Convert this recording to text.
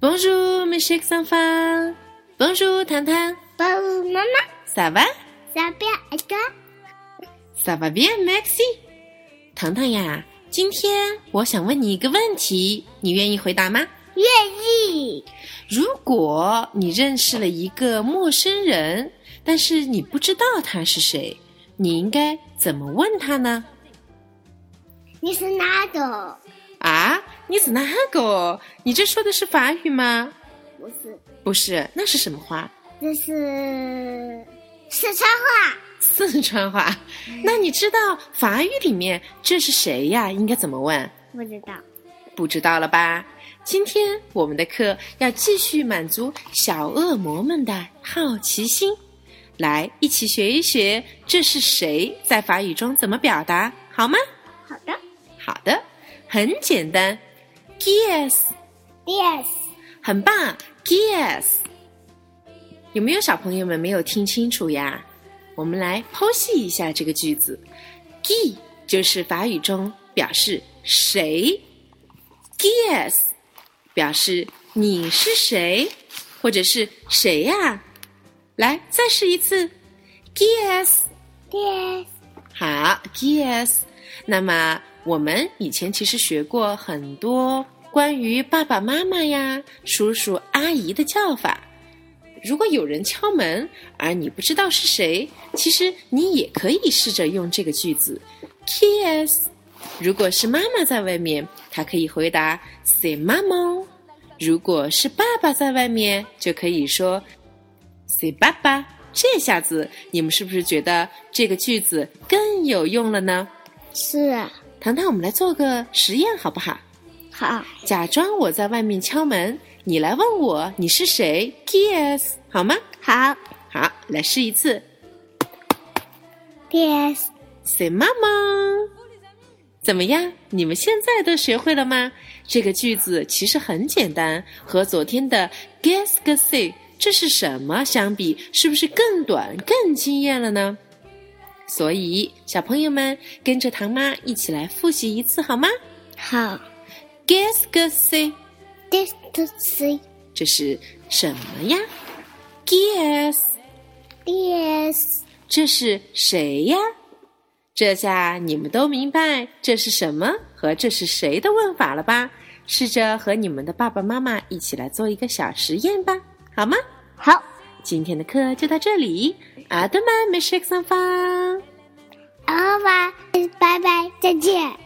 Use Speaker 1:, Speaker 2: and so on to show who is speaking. Speaker 1: Bonjour, mes chers enfants. Bonjour, 糖糖。
Speaker 2: Bonjour, maman.
Speaker 1: Ça va?
Speaker 2: Ça va et toi?
Speaker 1: Ça va bien, Maxi? 糖糖呀，今天我想问你一个问题，你愿意回答吗？
Speaker 2: 愿意。
Speaker 1: 如果你认识了一个陌生人，但是你不知道他是谁，你应该怎么问他呢？
Speaker 2: 你是哪种？
Speaker 1: 啊，你是哪个？你这说的是法语吗？
Speaker 2: 不是，
Speaker 1: 不是，那是什么话？
Speaker 2: 这是四川话。
Speaker 1: 四川话。那你知道法语里面这是谁呀？应该怎么问？
Speaker 2: 不知道。
Speaker 1: 不知道了吧？今天我们的课要继续满足小恶魔们的好奇心，来一起学一学这是谁在法语中怎么表达，好吗？
Speaker 2: 好的。
Speaker 1: 好的，很简单 g u e s
Speaker 2: Yes。
Speaker 1: 很棒 g u e s 有没有小朋友们没有听清楚呀？我们来剖析一下这个句子 g u 就是法语中表示谁 g u e s 表示你是谁，或者是谁呀、来，再试一次 g u e s
Speaker 2: Yes。
Speaker 1: 好，yes。那么我们以前其实学过很多关于爸爸妈妈呀、叔叔阿姨的叫法。如果有人敲门，而你不知道是谁，其实你也可以试着用这个句子 yes。如果是妈妈在外面，她可以回答 say mama；如果是爸爸在外面，就可以说 say 爸爸。这下子你们是不是觉得这个句子更有用了呢？
Speaker 2: 是。
Speaker 1: 糖糖，我们来做个实验好不好？
Speaker 2: 好。
Speaker 1: 假装我在外面敲门，你来问我你是谁，Yes，好吗？
Speaker 2: 好。
Speaker 1: 好，来试一次
Speaker 2: Yes。
Speaker 1: ，Say 妈妈，怎么样？你们现在都学会了吗？这个句子其实很简单，和昨天的 Guess g u s s 这是什么相比，是不是更短、更惊艳了呢？所以，小朋友们跟着唐妈一起来复习一次好吗
Speaker 2: 好。
Speaker 1: ？Guess g u s s
Speaker 2: This to see.
Speaker 1: 这是什么呀？Guess，
Speaker 2: Yes.
Speaker 1: 这是谁呀？这下你们都明白这是什么和这是谁的问法了吧？试着和你们的爸爸妈妈一起来做一个小实验吧，好吗？
Speaker 2: 好。
Speaker 1: 今天的课就到这里，阿德曼没事上方。
Speaker 2: 好吧，拜拜，再见。